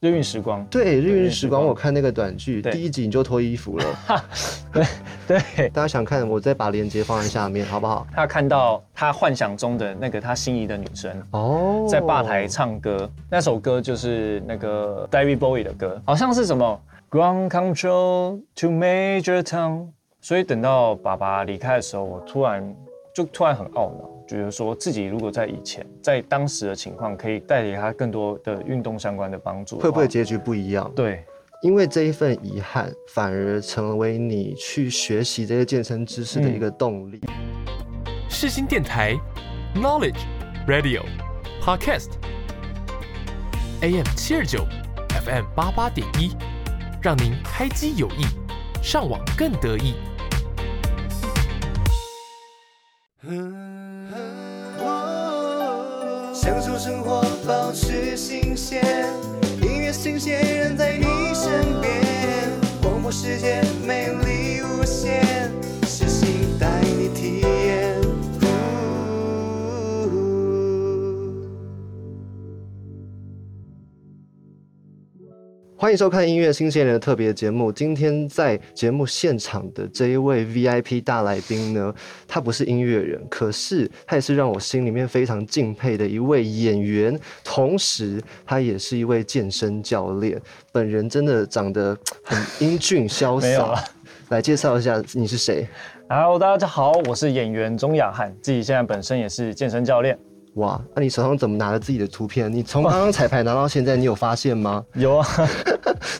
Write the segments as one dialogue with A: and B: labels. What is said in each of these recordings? A: 日运时光，
B: 对，《日
A: 日
B: 晕
A: 晕
B: 时
A: 时
B: 光》，
A: 光
B: 我看那个短剧，
A: 对
B: 第一集你就脱衣服 了。嗯
A: 对
B: 大家想看，我再把链接放在下面，好不好？
A: 他看到他幻想中的那个他心仪的女生，
B: 哦，
A: 在吧台唱歌，那首歌就是那个 David Bowie 的歌，好像是什么 Ground Control to Major Tom。所以等到爸爸离开的时候，我突然就突然很懊恼，觉得说自己如果在以前，在当时的情况，可以带给他更多的运动相关的帮助的话，
B: 会不会结局不一样？
A: 对
B: 因为这一份遗憾，反而成为你去学习这些健身知识的一个动力。
C: 世新电台 Knowledge Radio Podcast AM 七二九 FM 八八点一，让您开机有益，上网更得意。
D: 享受生活，保持新鲜，音乐新鲜人在你身边。广播世界魅力无限，是心带你体验。
B: 欢迎收看音乐新鲜人的特别节目。今天在节目现场的这一位 VIP 大来宾呢，他不是音乐人，可是他也是让我心里面非常敬佩的一位演员，同时他也是一位健身教练。本人真的长得很英俊潇
A: 没有
B: 洒
A: 啊。
B: 来介绍一下你是谁？
A: ，Hello，大家好，我是演员钟雅涵，自己现在本身也是健身教练。
B: 哇，那你手上怎么拿着自己的图片？你从刚刚彩排拿到现在，你有发现吗？
A: 有啊，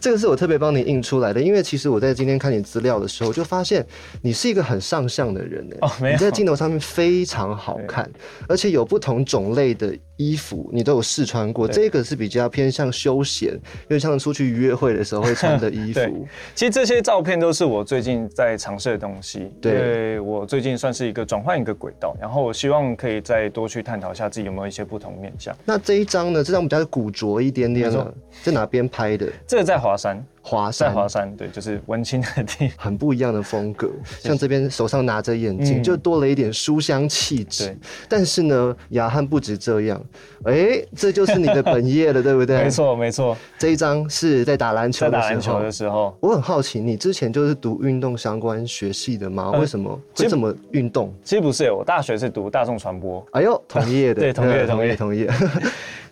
B: 这个是我特别帮你印出来的，因为其实我在今天看你资料的时候，就发现你是一个很上相的人哎、
A: 哦没有
B: 你在镜头上面非常好看，而且有不同种类的衣服你都有试穿过，这个是比较偏向休闲，因为像出去约会的时候会穿的 衣
A: 对
B: 服。
A: 其实这些照片都是我最近在尝试的东西。
B: 对
A: 因为我最近算是一个转换一个轨道，然后我希望可以再多去探讨一下自己有没有一些不同面向。
B: 那这一张呢？这张比较古着一点点
A: 没
B: 了
A: 错，
B: 在哪边拍的？
A: 这个在华山，
B: 华
A: 在
B: 山。
A: 华山，对，就是文青的地方。
B: 很不一样的风格，像这边手上拿着眼镜，
A: 嗯
B: 就多了一点书香气质
A: 对。
B: 但是呢，雅翰不止这样，哎、这就是你的本 业了，对不 对？
A: 没。错，没错，
B: 这一张是在打篮球
A: 在
B: 的
A: 打
B: 时
A: 篮球
B: 候
A: 的。时候，
B: 我很好奇，你之前就是读运动相关学系的吗？
A: 呃
B: 为什么
A: 其
B: 会
A: 实
B: 这么运动？
A: 其实不是，我大学是读大众传播，
B: 哎呦，同业的，
A: 对同业
B: 嗯
A: 同业
B: 同业，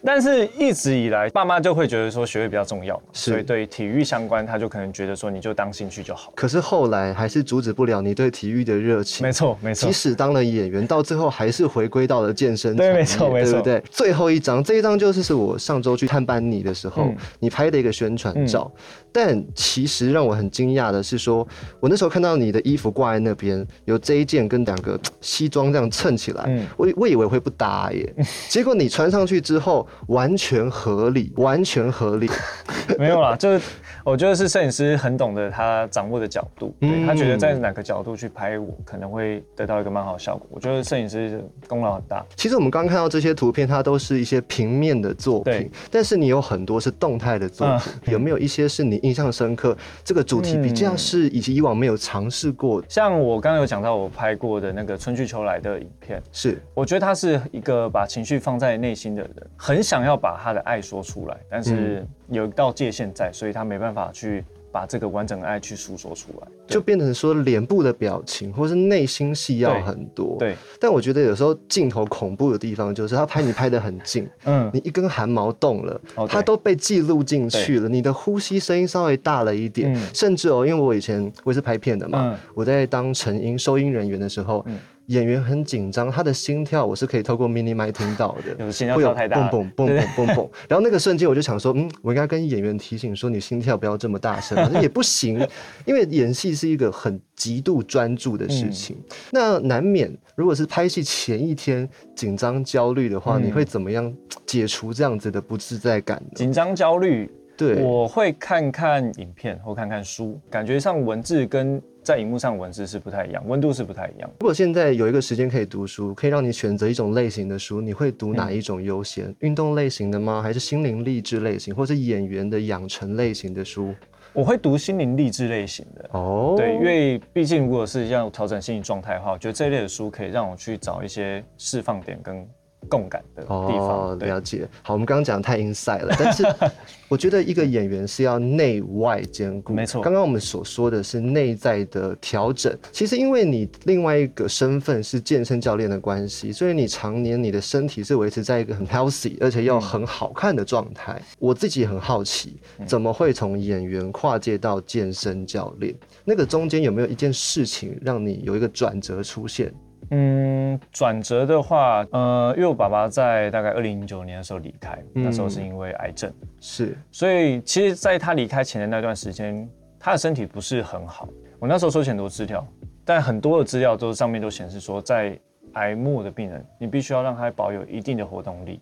A: 但是一直以来，爸妈就会觉得说学业比较重要嘛，
B: 是
A: 所以对体育相关，他就可能觉得说你就当兴趣就好。
B: 可是后来还是阻止不了你对体育的热情
A: 没。错，没错
B: 即，使当了演员，到最后还是回归到了健身
A: 对
B: 产业
A: 没错没错
B: 对不对？最后一张，这一张就是是我上周去探班你的时候，
A: 嗯
B: 你拍的一个宣传照。但其实让我很惊讶的是说，我那时候看到你的衣服挂在那边，有这一件跟两个西装这样衬起来，
A: 嗯
B: 我我以为会不搭 耶，结果你穿上去之后完全合理，完全合理。
A: 没有啦，就是我觉得是摄影师很懂得他掌握的角度，对、
B: 嗯
A: 他觉得在哪个角度去拍我，可能会得到一个蛮好的效果。我觉得摄影师功劳很大，
B: 其实我们刚刚看到这些图片，它都是一些平面的作品
A: 对，嗯
B: 但是你有很多是动态的作品，有没有一些是你印象深刻？这个主题比较是以及以往没有尝试过的，
A: 像我刚刚有讲到我拍过的那个春去秋来的影片，
B: 是
A: 我觉得他是一个把情绪放在内心的人，很想要把他的爱说出来，但是
B: 嗯
A: 有一道界限在，所以他没办法去把这个完整的爱去诉说出来。
B: 就变成说脸部的表情或是内心戏要很多。，
A: 对，
B: 但我觉得有时候镜头恐怖的地方就是他拍你拍得很近，
A: 嗯，
B: 你一根汗毛动了，
A: 哦对
B: 它都被记录进去了。你的呼吸声音稍微大了一点，
A: 嗯
B: 甚至哦，因为我以前我也是拍片的嘛，
A: 嗯
B: 我在当成音收音人员的时候。
A: 嗯
B: 演员很紧张，他的心跳我是可以透过 mini mic 听到的，
A: 有心跳
B: 会有
A: 跳太大了
B: 蹦蹦蹦
A: 对
B: 蹦蹦蹦。然后那个瞬间我就想说，嗯，我应该跟演员提醒说，你心跳不要这么大声， 可是也不行，因为演戏是一个很极度专注的事情。
A: 嗯
B: 那难免，如果是拍戏前一天紧张焦虑的话，
A: 嗯
B: 你会怎么样解除这样子的不自在感呢？
A: 紧张焦虑
B: 对，
A: 嗯我会看看影片或看看书，感觉上文字跟在荧幕上文字是不太一样，温度是不太一样。
B: 如果现在有一个时间可以读书，可以让你选择一种类型的书，你会读
A: 嗯
B: 哪一种优先？运动类型的吗？还是心灵励志类型，或是演员的养成类型的书？
A: 我会读心灵励志类型的，
B: 哦，
A: 对，因为毕竟如果是要调整心理状态的话，我觉得这类的书可以让我去找一些释放点跟共感的地方。
B: 哦，
A: 对
B: 了解。好，我们刚刚讲得太 inside 了，但是 我觉得一个演员是要内外兼顾。
A: 没错
B: 刚刚我们所说的是内在的调整。其实因为你另外一个身份是健身教练的关系，所以你常年你的身体是维持在一个很 healthy，而且要
A: 嗯
B: 很好看的状态。我自己很好奇，怎么会从演员跨界到健身教练？那个中间有没有一件事情让你有一个转折出现？
A: 嗯，转折的话，呃，因为我爸爸在大概二零零九年的时候离开，那时候
B: 嗯
A: 是因为癌症，
B: 是
A: 所以其实在他离开前的那段时间，他的身体不是很好。我那时候收集很多资料，但很多的资料都上面都显示说，在癌末的病人，你必须要让他保有一定的活动力。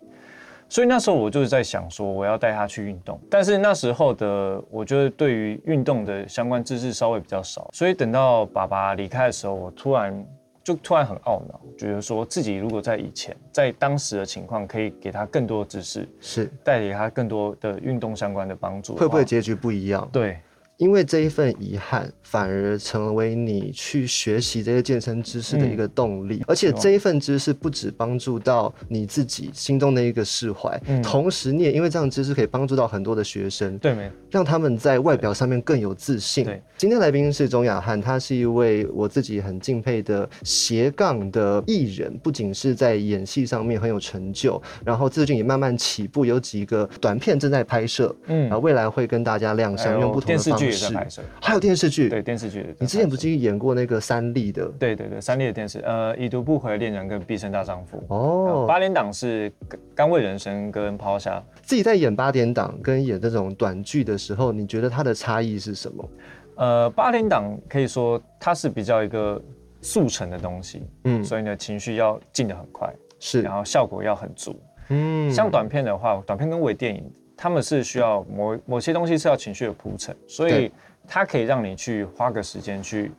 A: 所以那时候我就是在想说，我要带他去运动，但是那时候的我觉得对于运动的相关知识稍微比较少，所以等到爸爸离开的时候，我突然就突然很懊恼，觉得说自己如果在以前，在当时的情况，可以给他更多的知识，
B: 是，
A: 带给他更多的运动相关的帮助的话，
B: 会不会结局不一样？
A: 对？
B: 因为这一份遗憾，反而成为你去学习这些健身知识的一
A: 嗯
B: 个动力。而且这一份知识不止帮助到你自己心中的一个释怀，
A: 嗯
B: 同时你也因为这样的知识可以帮助到很多的学生，
A: 对没？
B: 让他们在外表上面更有自信
A: 对。
B: 今天来宾是钟雅汉，他是一位我自己很敬佩的斜杠的艺人，不仅是在演戏上面很有成就，然后最近也慢慢起步，有几个短片正在拍摄，
A: 嗯
B: 然后未来会跟大家亮
A: 还
B: 相，
A: 有
B: 用不同的
A: 电视
B: 方
A: 剧也
B: 式
A: 在拍摄。
B: 还有电视剧，
A: 对，电视剧也在拍摄，
B: 你之前不是演过那个三立的？
A: 对对对，三立的电视，呃，已读不回的恋人跟毕生大丈夫。呃
B: 哦，
A: 八连档是甘甘为人生跟抛下，
B: 自己在演八点档跟演这种短剧的时候，你觉得它的差异是什么？
A: 呃，八连档可以说它是比较一个速成的东西，
B: 嗯，
A: 所以你的情绪要进得很快，
B: 是
A: 然，后效果要很足。
B: 嗯，
A: 像短片的话，短片跟微电影，他们是需要某某些东西是要情绪的铺陈，所以
B: 对
A: 它可以让你去花个时间去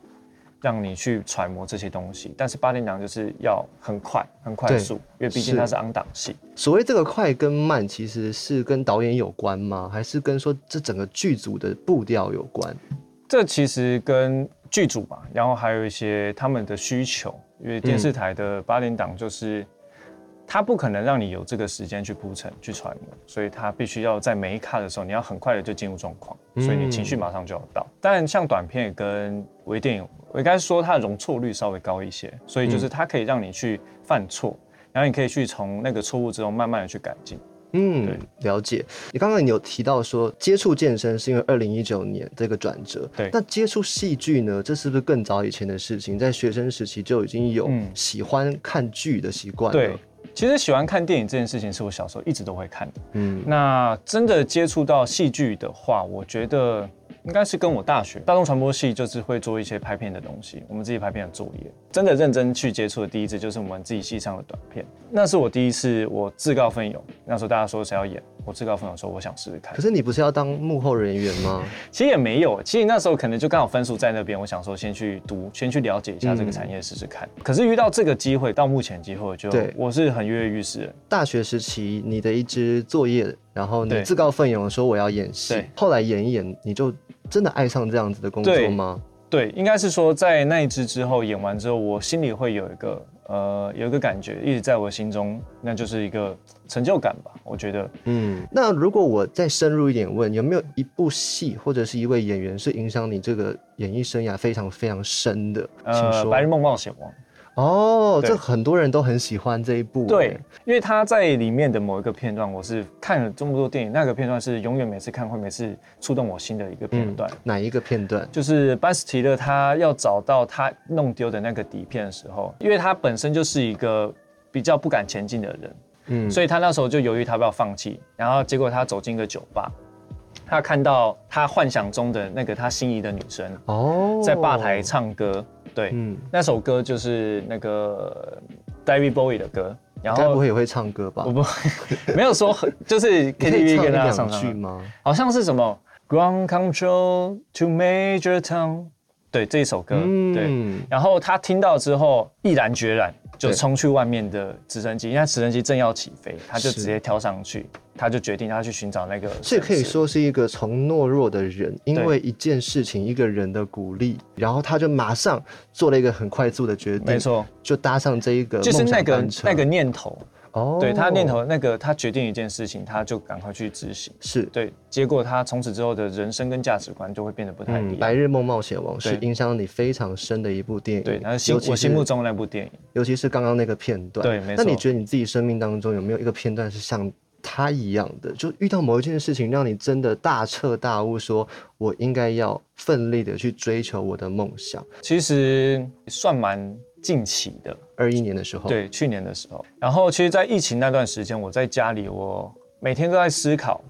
A: 让你去揣摩这些东西。但是八点档就是要很快、很快
B: 对
A: 速，因为毕竟
B: 是
A: 它是昂档戏。
B: 所谓这个快跟慢，其实是跟导演有关吗？还是跟说这整个剧组的步调有关？
A: 这其实跟剧组嘛，然后还有一些他们的需求，因为电视台的八点档就是。他不可能让你有这个时间去铺陈、去揣摩，所以他必须要在每一卡的时候，你要很快的就进入状况，所以你情绪马上就要到。但像短片跟微电影，我应该说它的容错率稍微高一些，所以就是它可以让你去犯错，然后你可以去从那个错误之中慢慢的去改进。
B: 嗯
A: 对，
B: 了解。你刚刚你有提到说接触健身是因为二零一九年这个转折，
A: 对
B: 那接触戏剧呢？这是不是更早以前的事情？在学生时期就已经有
A: 嗯
B: 喜欢看剧的习惯了。
A: 对，其实喜欢看电影这件事情是我小时候一直都会看的，
B: 嗯，
A: 那真的接触到戏剧的话，我觉得应该是跟我大学大众传播系就是会做一些拍片的东西，我们自己拍片的作业。真的认真去接触的第一次就是我们自己系上的短片，那是我第一次我自告奋勇。那时候大家说谁要演，我自告奋勇说我想试试看
B: 可。是你不是要当幕后人员吗？
A: 其实也没有，其实那时候可能就刚好分数在那边，我想说先去读，先去了解一下这个产业试试看。可是遇到这个机会，到目前机会，我就
B: 对
A: 我是很跃跃欲试的。
B: 大学时期你的一支作业，然后你
A: 对
B: 自告奋勇地说我要演戏
A: 对，
B: 后来演一演，你就真的爱上这样子的工作
A: 对
B: 吗？
A: 对，应该是说在那一支之后演完之后，我心里会有一个呃有一个感觉，一直在我心中，那就是一个成就感吧。我觉得
B: 嗯，那如果我再深入一点问，有没有一部戏或者是一位演员是影响你这个演艺生涯非常非常深的？请
A: 呃，《
B: 说。
A: 白日梦冒险王》
B: 哦，
A: 对
B: 这很多人都很喜欢这一部。哎
A: 对，，因为他在里面的某一个片段，我是看了这么多电影，那个片段是永远每次看会每次触动我心的一个片段。
B: 哪一个片段？
A: 就是班斯提勒他要找到他弄丢的那个底片的时候，因为他本身就是一个比较不敢前进的人，
B: 嗯，
A: 所以他那时候就犹豫他要不要放弃，然后结果他走进一个酒吧，他看到他幻想中的那个他心仪的女生啊
B: 哦，
A: 在吧台，唱歌，对，
B: 嗯，
A: 那首歌就是那个 David Bowie 的歌，然
B: 该不
A: 后
B: 会也会唱歌吧
A: 我？不 没有说很就是
B: 你可以
A: KTV
B: 唱一
A: 跟大家
B: 两
A: 唱
B: 句
A: 唱，
B: 吗？
A: 好像是什么 Ground Control to Major Tom，对这一首
B: 嗯
A: 歌，对。然后他听到之后毅然决然就
B: 对
A: 冲去外面的直升机，因为他直升机正要起飞，他就是直接跳上去，他就决定他去寻找那个神社。
B: 所以可以说是一个从懦弱的人，因
A: 对
B: 为一件事情、一个人的鼓励，然后他就马上做了一个很快速的决定，
A: 没，错，
B: 就搭上这一个
A: 就是
B: 梦想
A: 那个
B: 单车
A: 那个念头，
B: 哦
A: 对他念头那个他决定一件事情，他就赶快去执行。
B: 是
A: 对，结果他从此之后的人生跟价值观就会变得不太
B: 嗯，
A: 一
B: 《
A: 样。
B: 白日梦冒险王》是
A: 对
B: 影响你非常深的一部电影，
A: 对，然后心
B: 尤其
A: 我心目
B: 是
A: 中的那部电影，
B: 尤其是刚刚那个片段，
A: 对没
B: 那你
A: 错
B: 觉得你自己生命当中有没有一个片段是像他一样的，就遇到某一件事情，让你真的大彻大悟，说我应该要奋力的去追求我的梦想？
A: 其实算蛮近期的。
B: 二一年的时候，，
A: 对，去年的时候。然后其实，在疫情那段时间，我在家里，我每天都在思考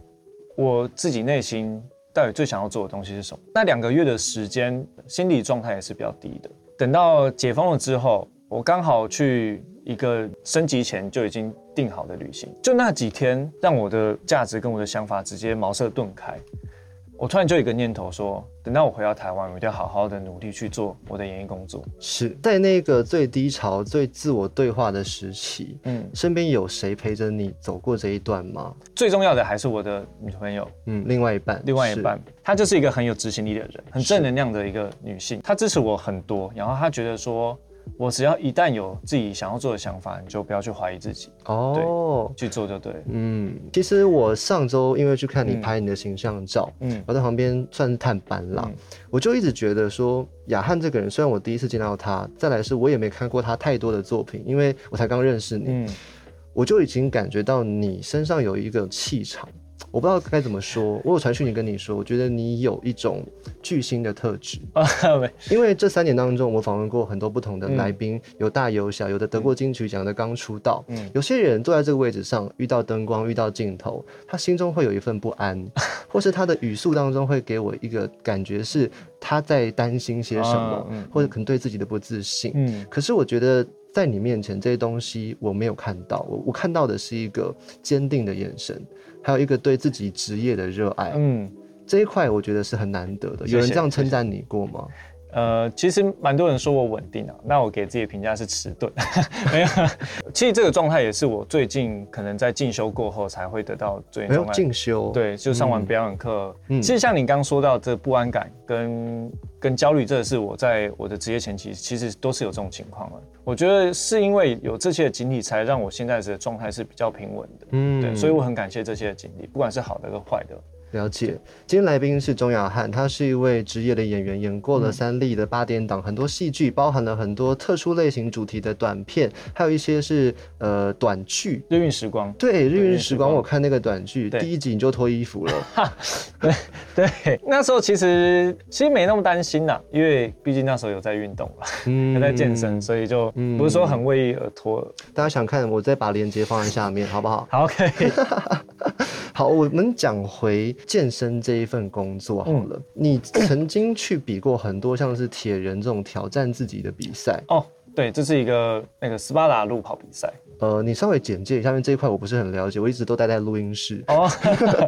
A: 我自己内心到底最想要做的东西是什么。那两个月的时间，心理状态也是比较低的。等到解封了之后，我刚好去一个升级前就已经定好的旅行，就那几天让我的价值跟我的想法直接茅塞顿开。我突然就有一个念头说，等到我回到台湾，我一定要好好的努力去做我的演艺工作。
B: 是在那个最低潮、最自我对话的时期，
A: 嗯，
B: 身边有谁陪着你走过这一段吗？
A: 最重要的还是我的女朋友，
B: 嗯，另外一半，
A: 另外一
B: 是
A: 半，她就是一个很有执行力的人，很正能量的一个女性。她支持我很多，然后她觉得说，我只要一旦有自己想要做的想法，你就不要去怀疑自己，
B: 哦，
A: 去做就对了。
B: 嗯，其实我上周因为去看你
A: 嗯
B: 拍你的形象照，
A: 嗯
B: 我在旁边算是探班啦，
A: 嗯
B: 我就一直觉得说雅翰这个人，虽然我第一次见到他，再来是我也没看过他太多的作品，因为我才刚认识你，
A: 嗯，
B: 我就已经感觉到你身上有一个气场，我不知道该怎么说，我有传讯你跟你说，我觉得你有一种巨星的特质，
A: 啊没
B: 因为这三年当中，我访问过很多不同的
A: 嗯
B: 来宾，有大有小，有的得过金曲奖，有的刚出道。
A: 嗯
B: 有些人坐在这个位置上，遇到灯光，遇到镜头，他心中会有一份不 安，或是他的语速当中会给我一个感觉是他在担心些什么
A: 啊，嗯
B: 或者可能对自己的不自信。
A: 嗯
B: 可是我觉得在你面前这些东西我没有看到，我我看到的是一个坚定的眼神，还有一个对自己职业的热爱。
A: 嗯，
B: 这一块我觉得是很难得的。
A: 谢谢
B: 有人这样称赞你过吗？
A: 呃，其实蛮多人说我稳定啊，那我给自己的评价是迟钝， 没有。其实这个状态也是我最近可能在进修过后才会得到最
B: 没
A: 重
B: 有
A: 要的
B: 进修，，
A: 对，就上完表演课。
B: 嗯
A: 其实像你刚刚说到这不安感跟跟焦虑，这是我在我的职业前期其实都是有这种情况的。我觉得是因为有这些经历，才让我现在的状态是比较平稳的。
B: 嗯
A: 对，所以我很感谢这些经历，不管是好的跟坏的。
B: 了解。今天来宾是钟雅翰，他是一位职业的演员，演过了三立的八点档很多戏剧，包含了很多特殊类型主题的短片，还有一些是呃短剧。
A: 日运时光，
B: 对《日
A: 日
B: 月
A: 月
B: 时
A: 时
B: 光》，
A: 光
B: 我看那个短剧，
A: 对
B: 第一集你就脱衣 服了。
A: 对，那时候其实其实没那么担心啦，因为毕竟那时候有在运动嘛，
B: 嗯
A: 有在健身，所以就
B: 嗯
A: 不是说很为意而拖。
B: 大家想看，我再把链接放在下面，好不好？
A: 好，可以。
B: 好，我们讲回健身这一份工作
A: 嗯
B: 好了。你曾经去比过很多像是铁人这种挑战自己的比赛，
A: 哦，对，这是一个那个斯巴达路跑比赛。
B: 呃，你稍微简介一下，因为这一块我不是很了解，我一直都待在录音室。
A: 哦，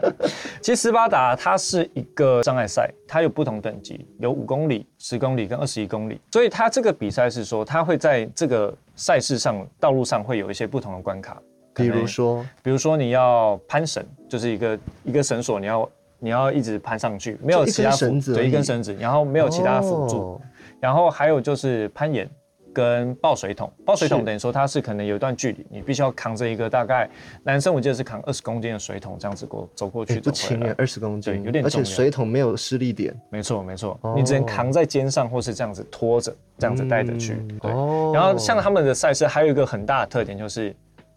A: 其实斯巴达它是一个障碍赛，它有不同等级，有五公里、十公里跟二十一公里，所以它这个比赛是说，它会在这个赛事上道路上会有一些不同的关卡，可
B: 比
A: 能
B: 如，说，
A: 比如说你要攀绳，就是一个一个绳索，你要你要一直攀上去，没有
B: 就一
A: 其他
B: 根
A: 辅
B: 绳子而
A: 对，
B: 已
A: 一根绳子，然后没有其他辅助，
B: 哦
A: 然后还有就是攀岩跟抱水桶，抱水
B: 是
A: 桶等于说它是可能有一段距离，你必须要扛着一个大概男生我记得是扛二十公斤的水桶这样子过走过
B: 诶
A: 去
B: 哎
A: 走
B: 不
A: 回
B: 轻耶
A: 来，，
B: 二十公斤，
A: 对有点
B: 而且
A: 重量
B: 水桶没有施力点，
A: 没错没错
B: 哦，
A: 你只能扛在肩上或是这样子拖着这样子带着去
B: 嗯，
A: 对。
B: 哦
A: 然后像他们的赛事还有一个很大的特点就是，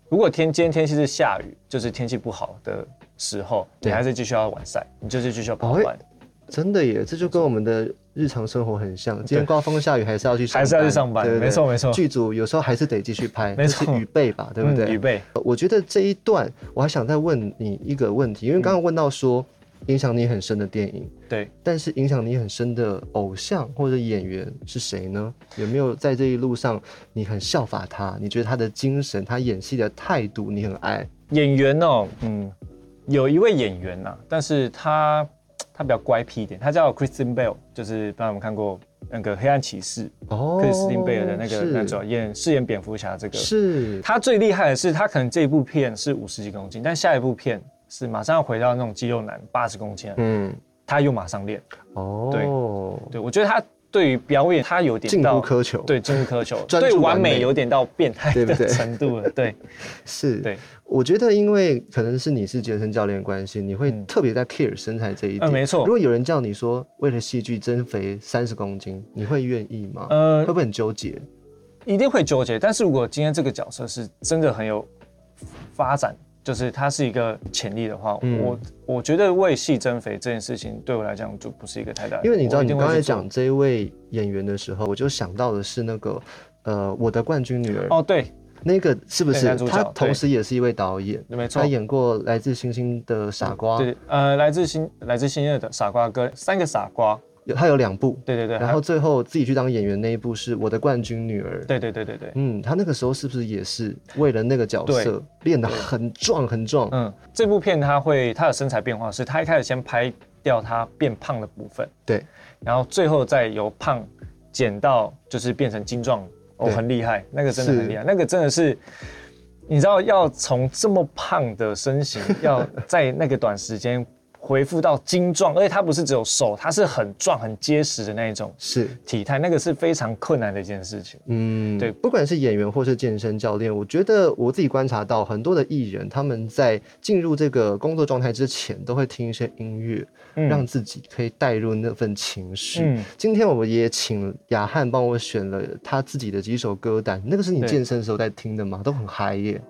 A: 如果天今天天气是下雨，就是天气不好的时候，你
B: 对
A: 还是继续要完赛，你就是继续要跑
B: 哎
A: 完，
B: 真的耶，这就跟我们的日常生活很像。今天刮风下雨还是要去上班，
A: 还是要去上班
B: 对不对
A: 没错没错
B: 剧组有时候还是得继续拍，
A: 没错
B: 这是预备吧，对不对？
A: 嗯预备。
B: 我觉得这一段我还想再问你一个问题，因为刚刚问到说影响你很深的电影，
A: 对，
B: 但是影响你很深的偶像或者演员是谁呢？有没有在这一路上你很效法他？你觉得他的精神、他演戏的态度你很爱？
A: 演员哦，嗯，有一位演员呐、啊但是他他比较乖僻一点，他叫 Kristen Bell，就是不知道你们看过那个《黑暗骑士》
B: 哦
A: 克里斯汀贝尔的那个
B: 是
A: 男主角演饰演蝙蝠侠这个。
B: 是
A: 他最厉害的是，他可能这一部片是五十几公斤，但下一部片是马上要回到那种肌肉男八十公斤，
B: 嗯
A: 他又马上练。
B: 哦
A: 对对我觉得他对于表演，他有点
B: 进
A: 到
B: 不苛求
A: 对，进不苛求，
B: 专注
A: 对
B: 完
A: 完
B: 美
A: 美有点到变态
B: 对不
A: 的
B: 对
A: 程度了。对
B: 是，
A: 对，
B: 我觉得因为可能是你是健身教练的关系，你会特别在 care 身材这一
A: 嗯
B: 点。
A: 没错
B: 如果有人叫你说为了戏剧增肥三十公斤，你会愿意吗？
A: 呃
B: 会不会很纠结？
A: 一定会纠结。但是如果今天这个角色是真的很有发展，就是它是一个潜力的话，
B: 嗯
A: 我我觉得为戏增肥这件事情对我来讲就不是一个太大的，
B: 因为你知道
A: 我一
B: 你
A: 定
B: 刚
A: 会
B: 才
A: 去做
B: 讲这一位演员的时候，我就想到的是那个呃，我的冠军女儿，
A: 哦，对，
B: 那个是不
A: 对
B: 是？
A: 男主角
B: 她
A: 对
B: 同时也是一位导演，
A: 没错
B: 她，演过《来自星星的傻瓜》
A: 对，呃，来自新来自新月的傻瓜哥，三个傻瓜，
B: 有她有两部，
A: 对对对，
B: 然
A: 还
B: 后
A: 有
B: 最后自己去当演员那一部是《我的冠军女儿》。
A: 对对对对对，
B: 嗯，他那个时候是不是也是为了那个角
A: 对
B: 色练得很壮很壮？
A: 嗯，这部片他会他的身材变化是他一开始先拍掉他变胖的部分，
B: 对，
A: 然后最后再由胖减到就是变成精壮，哦，
B: 对
A: 很厉害，那个真的
B: 是
A: 很厉害，那个真的是。你知道要从这么胖的身 形，要在那个短时间恢复到精壮，而且他不是只有瘦，他是很壮、很结实的那一种
B: 是，
A: 体态，那个是非常困难的一件事情。
B: 嗯，
A: 对
B: 不管是演员或是健身教练，我觉得我自己观察到很多的艺人，他们在进入这个工作状态之前，都会听一些音乐，
A: 嗯
B: 让自己可以带入那份情绪。
A: 嗯
B: 今天我们也请雅翰帮我选了他自己的几首歌单，那个是你
A: 对
B: 健身的时候在听的吗？都很嗨耶。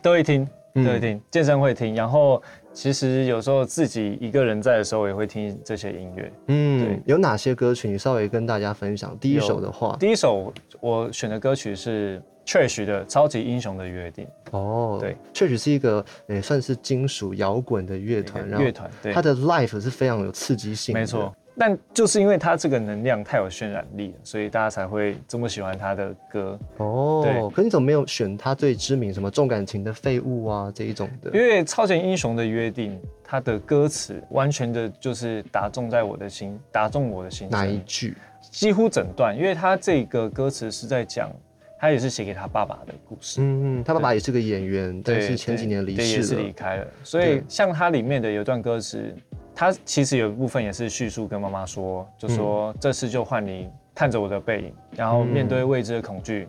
A: 都会听，
B: 嗯
A: 都会听，健身会听，然后其实有时候自己一个人在的时候也会听这些音乐。
B: 嗯
A: 对，
B: 有哪些歌曲？你稍微跟大家分享。第一
A: 有
B: 首的话，
A: 第一首我选的歌曲是 Trash 的《超级英雄的约定
B: 哦，
A: 对，
B: 确实是一个也算是金属摇滚的乐》团，然后
A: 乐团，对
B: 它，的 life 是非常有刺激性的，
A: 没错。但就是因为他这个能量太有渲染力了，所以大家才会这么喜欢他的歌。
B: 哦
A: 对，
B: 可你怎么没有选他最知名什么重感情的废物啊这一种的？
A: 因为《超级英雄的约定》，他的歌词完全的就是打中在我的心，打中我的心。
B: 哪一句？
A: 几乎整段，因为他这个歌词是在讲，他也是写给他爸爸的故事。
B: 嗯，他爸爸也是个演员，但是前几年离
A: 对也
B: 世
A: 是离
B: 了。
A: 开了。所
B: 对
A: 以像它里面的有一段歌词，它其实有一部分也是叙述跟妈妈说，就说、
B: 嗯
A: 这次就换你看着我的背影，然后面对未知的恐惧。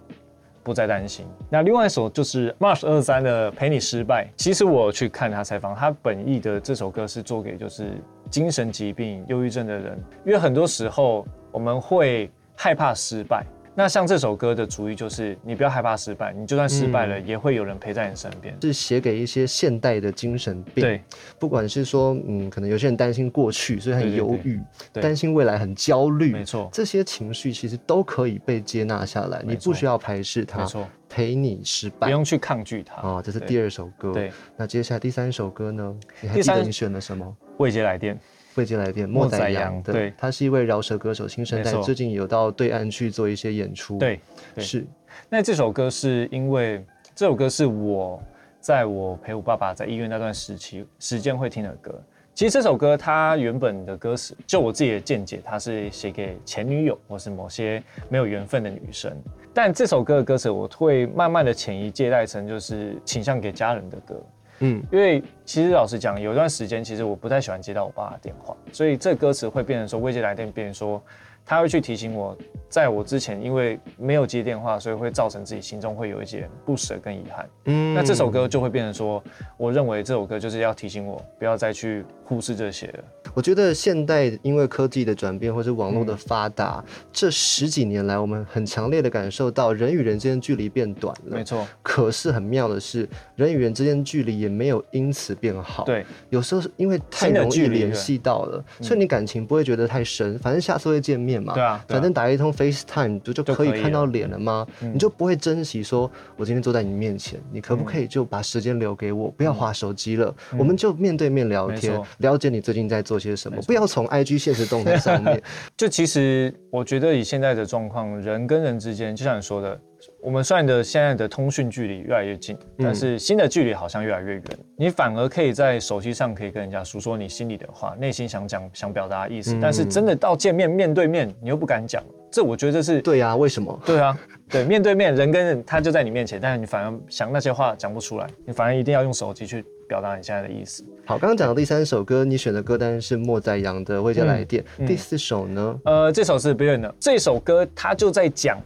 A: 不再担心。那另外一首就是 March 二三的《陪你失败》，其实我有去看他采访，他本意的这首歌是做给就是精神疾病、忧郁症的人，因为很多时候我们会害怕失败。那像这首歌的主意就是，你不要害怕失败，你就算失败
B: 嗯
A: 了，也会有人陪在你身边。
B: 是写给一些现代的精神病，
A: 对，
B: 不管是说，嗯，可能有些人担心过去，所以很
A: 对对
B: 忧郁；
A: 对
B: 担心未来，很焦虑。
A: 没错
B: 这些情绪其实都可以被接纳下来，你
A: 没
B: 不
A: 错
B: 需要排斥它
A: 没错，
B: 陪你失败
A: 不。用去抗拒它。
B: 哦，这是
A: 啊对
B: 第二首歌。
A: 对，
B: 那接下来第三首歌呢？你还
A: 第
B: 记得
A: 三
B: 你选了什么？
A: 未接来电，
B: 未接来电，
A: 莫
B: 莫宰
A: 宰
B: 阳
A: 阳
B: 的，
A: 对
B: 他是一位饶舌歌手，新生代
A: 没，错
B: 最近有到对岸去做一些演出。，
A: 对，对
B: 是，
A: 那这首歌是因为这首歌是我在我陪我爸爸在医院那段时期时间会听的歌。其实这首歌它原本的歌词，就我自己的见解，它是写给前女友或是某些没有缘分的女生。但这首歌的歌词，我会慢慢的潜移借代成就是倾向给家人的歌。
B: 嗯，
A: 因为其实老实讲，有一段时间其实我不太喜欢接到我爸的电话，所以这歌词会变成说未接来电，变成说他会去提醒我，在我之前因为没有接电话，所以会造成自己心中会有一些不舍跟遗憾。
B: 嗯
A: 那这首歌就会变成说，我认为这首歌就是要提醒我不要再去忽视这些了。
B: 嗯我觉得现代因为科技的转变或是网络的发达，这十几年来，我们很强烈的感受到人与人之间距离变短了
A: 没。错，
B: 可是很妙的是，人与人之间距离也没有因此变好。，
A: 对，
B: 有时候是因为太
A: 新的
B: 容易
A: 距离
B: 联
A: 了
B: 系到了，所以你感情不会觉得太深，反正下次会见面嘛。
A: 对啊对啊
B: 反正打一通 FaceTime 不就
A: 就
B: 可以
A: 可以
B: 看到
A: 了嗯
B: 脸了吗？你就不会珍惜说，我今天坐在你面前，你可不可以就把时间留给我，不要划手机了，我们就面对面聊天
A: 嗯没错，
B: 了解你最近在做些什么，不要从 IG 现实动态上 面。
A: 就其实我觉得以现在的状况，人跟人之间，就像你说的，我们虽然的现在的通讯距离越来越近，
B: 嗯
A: 但是新的距离好像越来越远。你反而可以在手机上可以跟人家诉说你心里的话，内心想讲想表达的意思，但
B: 嗯
A: 是真的到见面面对面，你又不敢讲。这我觉得是
B: 对呀、为什么？
A: 对啊，对，面对面人跟人他就在你面前，但是你反而想那些话讲不出来，你反而一定要用手机去表达你现在的意思。
B: 好，刚刚讲的第三首歌，你选的歌单是莫宰阳的《未接来电》
A: 嗯嗯
B: 第四首呢？
A: 呃，这首是 b i l l i o n 的，这首歌他就在讲，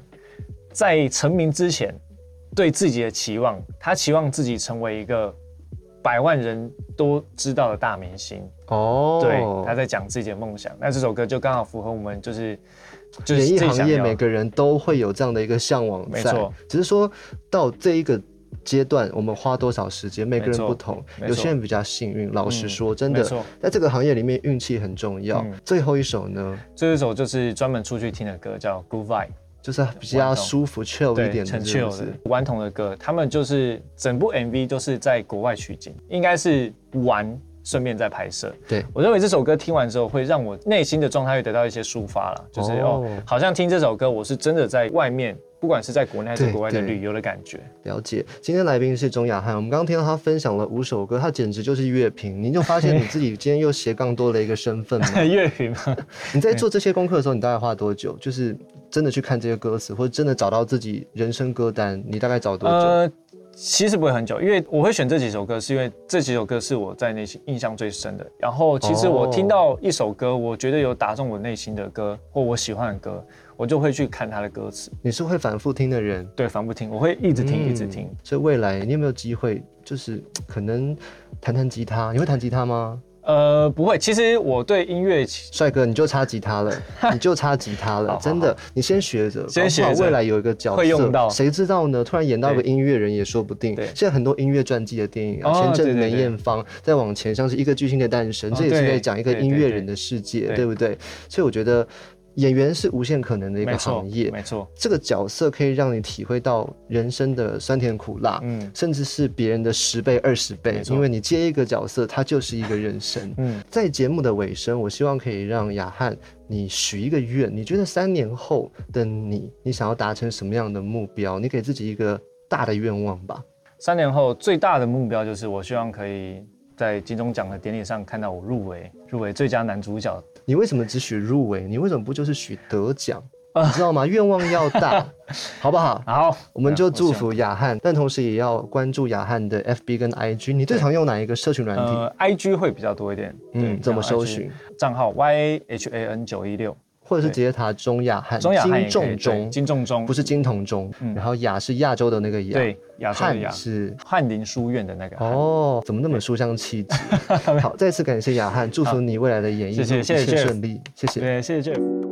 A: 在成名之前对自己的期望，他期望自己成为一个百万人都知道的大明星。
B: 哦，
A: 对，他在讲自己的梦想。那这首歌就刚好符合我们就是就是
B: 演艺
A: 自己
B: 行
A: 想
B: 业
A: 要
B: 每个人都会有这样的一个向往
A: 没
B: 在
A: 错，
B: 只是说到这一个阶段，我们花多少时间，每个人
A: 没错
B: 不同，
A: 没错
B: 有些人比较幸运。老实
A: 嗯
B: 说，真
A: 没
B: 的
A: 错，
B: 在这个行业里面运气很重要
A: 嗯。
B: 最后一首呢，
A: 这一首就是专门出去听的歌，叫《Good Vibe》，
B: 就是比较
A: 晚上
B: 舒服 chill 一
A: 对，
B: 点
A: 陈
B: 的，是不
A: chill 的
B: 是？
A: 顽童的歌，他们就是整部 MV 都是在国外取景，应该是玩顺便在拍摄。
B: 对，
A: 我认为这首歌听完之后，会让我内心的状态会得到一些抒发了，就是
B: 哦
A: 哦好像听这首歌，我是真的在外面，不管是在国内还是
B: 对
A: 国外的
B: 对
A: 旅游的感觉。
B: 了解，今天来宾是钟雅翰，我们刚刚听到他分享了五首歌，他简直就是乐评。你就发现你自己今天又斜杠多了一个身份吗？
A: 乐评嘛，
B: 你在做这些功课的时候，你大概花多久？就是真的去看这些歌词，或者真的找到自己人生歌单，你大概找多久？
A: 呃，其实不会很久，因为我会选这几首歌，是因为这几首歌是我在内心印象最深的。然后，其实我
B: 哦
A: 听到一首歌，我觉得有打中我内心的歌，或我喜欢的歌，我就会去看它的歌词，
B: 你是会反复听的人，
A: 对，反复听，我会一直听，一直听
B: 嗯。。所以未来你有没有机会，就是可能弹弹吉他？你会弹吉他吗？
A: 呃，不会，其实我对音乐其
B: 帅哥，你就差吉他 了，你就差吉他了，
A: 好
B: 真的，你先学着，
A: 先学着
B: 搞不好未来有一个角色
A: 会用到
B: 谁知道呢？突然演到个
A: 对
B: 音乐人也说不定。
A: 对
B: 现在很多音乐传记的电影啊，
A: 哦
B: 前阵
A: 对
B: 子梅
A: 对对
B: 艳芳，再往前像是一个巨星的诞生，
A: 哦
B: 这也是在
A: 对
B: 讲一个
A: 对
B: 音乐
A: 对
B: 人的世界，
A: 对
B: 对不对？所以我觉得演员是无限可能的一
A: 没
B: 个
A: 错
B: 行业，
A: 没错，
B: 这个角色可以让你体会到人生的酸甜苦辣，
A: 嗯
B: 甚至是别人的十倍、二十倍
A: 没，错
B: 因为你接一个角色，它就是一个人生。
A: 嗯，
B: 在节目的尾声，我希望可以让雅翰你许一个愿，你觉得三年后的你，你想要达成什么样的目标？你给自己一个大的愿望吧。
A: 三年后最大的目标就是我希望可以在金钟奖的典礼上看到我入围，入围最佳男主角。
B: 你为什么只许入围？你为什么不就是许得奖？你知道吗？愿望要大，好 不好？
A: 然后
B: 我们就
A: 嗯
B: 祝。
A: 我希望
B: 福雅翰，但同时也要关注雅翰的 FB 跟 IG。你最常用哪一个社群软体？
A: 呃，IG 会比较多一点，对
B: 嗯，怎么
A: 然后
B: 搜
A: IG
B: 寻？
A: 账号 Y H A N 九一六，
B: 或者是直接打钟雅翰，
A: 中雅汉也可
B: 金
A: 以
B: 重
A: 对
B: 钟，
A: 金重钟嗯
B: 不是金铜钟，然后雅是亚洲的那个雅，
A: 对亚洲的亚
B: 翰是。
A: 翰林书院的那个汉，
B: 哦，怎么那么书 香气质？好，再次感谢雅翰，祝福你未来的演艺
A: 谢
B: 路
A: 谢
B: 一
A: 谢谢
B: 切
A: Jeff
B: 顺利，谢谢。
A: 对，谢谢 Jeff。